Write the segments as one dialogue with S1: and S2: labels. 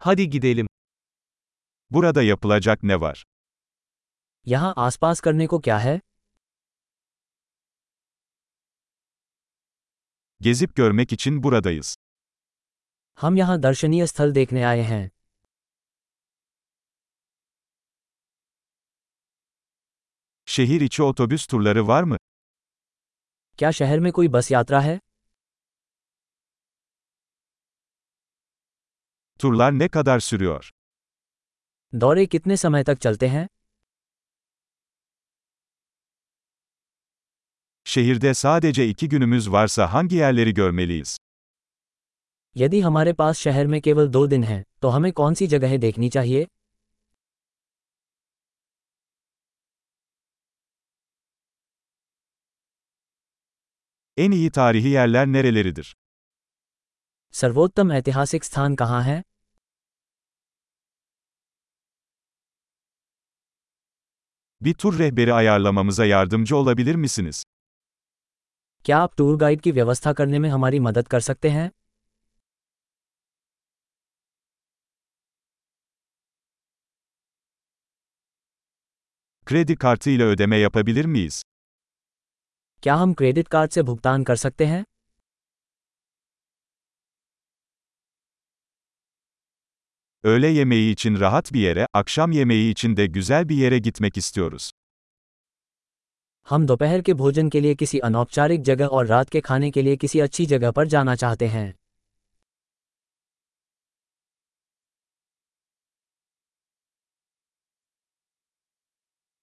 S1: Hadi gidelim. Burada yapılacak ne var?
S2: यहाँ आसपास करने को क्या है
S1: Gezip görmek için buradayız.
S2: हम यहाँ दर्शनीय स्थल देखने आए हैं
S1: Şehir içi otobüs turları var mı?
S2: क्या शहर में कोई बस यात्रा है
S1: Turlar ne kadar sürüyor?
S2: दौरे कितने समय तक चलते हैं
S1: Şehirde sadece iki günümüz varsa hangi yerleri görmeliyiz?
S2: यदि हमारे पास शहर में केवल दो दिन हैं तो हमें कौन सी जगहें देखनी चाहिए
S1: En iyi tarihi yerler nereleridir?
S2: सर्वोत्तम ऐतिहासिक स्थान कहाँ है
S1: Bir tur rehberi ayarlamamıza yardımcı olabilir misiniz?
S2: क्या आप टूर गाइड की व्यवस्था करने में हमारी मदद कर सकते हैं
S1: Kredi kartı ile ödeme yapabilir miyiz?
S2: क्या हम क्रेडिट कार्ड से भुगतान कर सकते हैं
S1: Öğle yemeği için rahat bir yere, akşam yemeği için de güzel bir yere gitmek istiyoruz.
S2: हम दोपहर के भोजन के लिए किसी अनौपचारिक जगह और रात के खाने के लिए किसी अच्छी जगह पर जाना चाहते हैं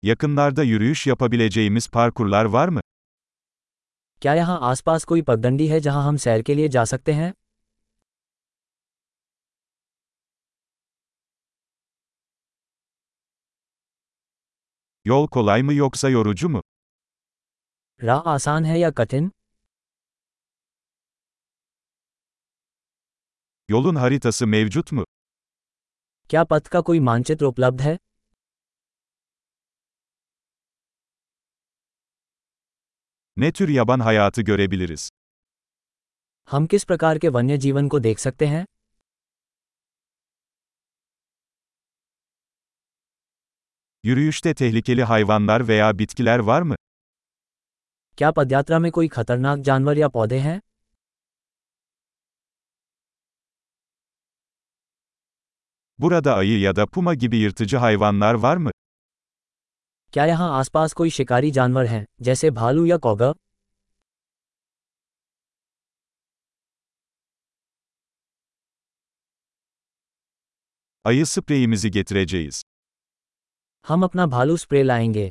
S1: Yakınlarda yürüyüş yapabileceğimiz parkurlar var mı?
S2: क्या यहाँ आसपास कोई पगडंडी है जहाँ हम सैर के लिए जा सकते हैं
S1: Yol kolay mı yoksa yorucu mu?
S2: राह आसान है या कठिन
S1: Yolun haritası mevcut mu?
S2: क्या पथ का कोई मानचित्र उपलब्ध है
S1: Ne tür yaban hayatı görebiliriz?
S2: हम किस प्रकार के वन्य जीवन को देख सकते हैं
S1: Yürüyüşte tehlikeli hayvanlar veya bitkiler var mı?
S2: क्या पदयात्रा में कोई खतरनाक जानवर या पौधे हैं
S1: Burada ayı ya da puma gibi yırtıcı hayvanlar var mı?
S2: क्या यहाँ आसपास कोई शिकारी जानवर हैं जैसे भालू या कौगा
S1: Ayı spreyimizi getireceğiz.
S2: हम अपना भालू स्प्रे लाएंगे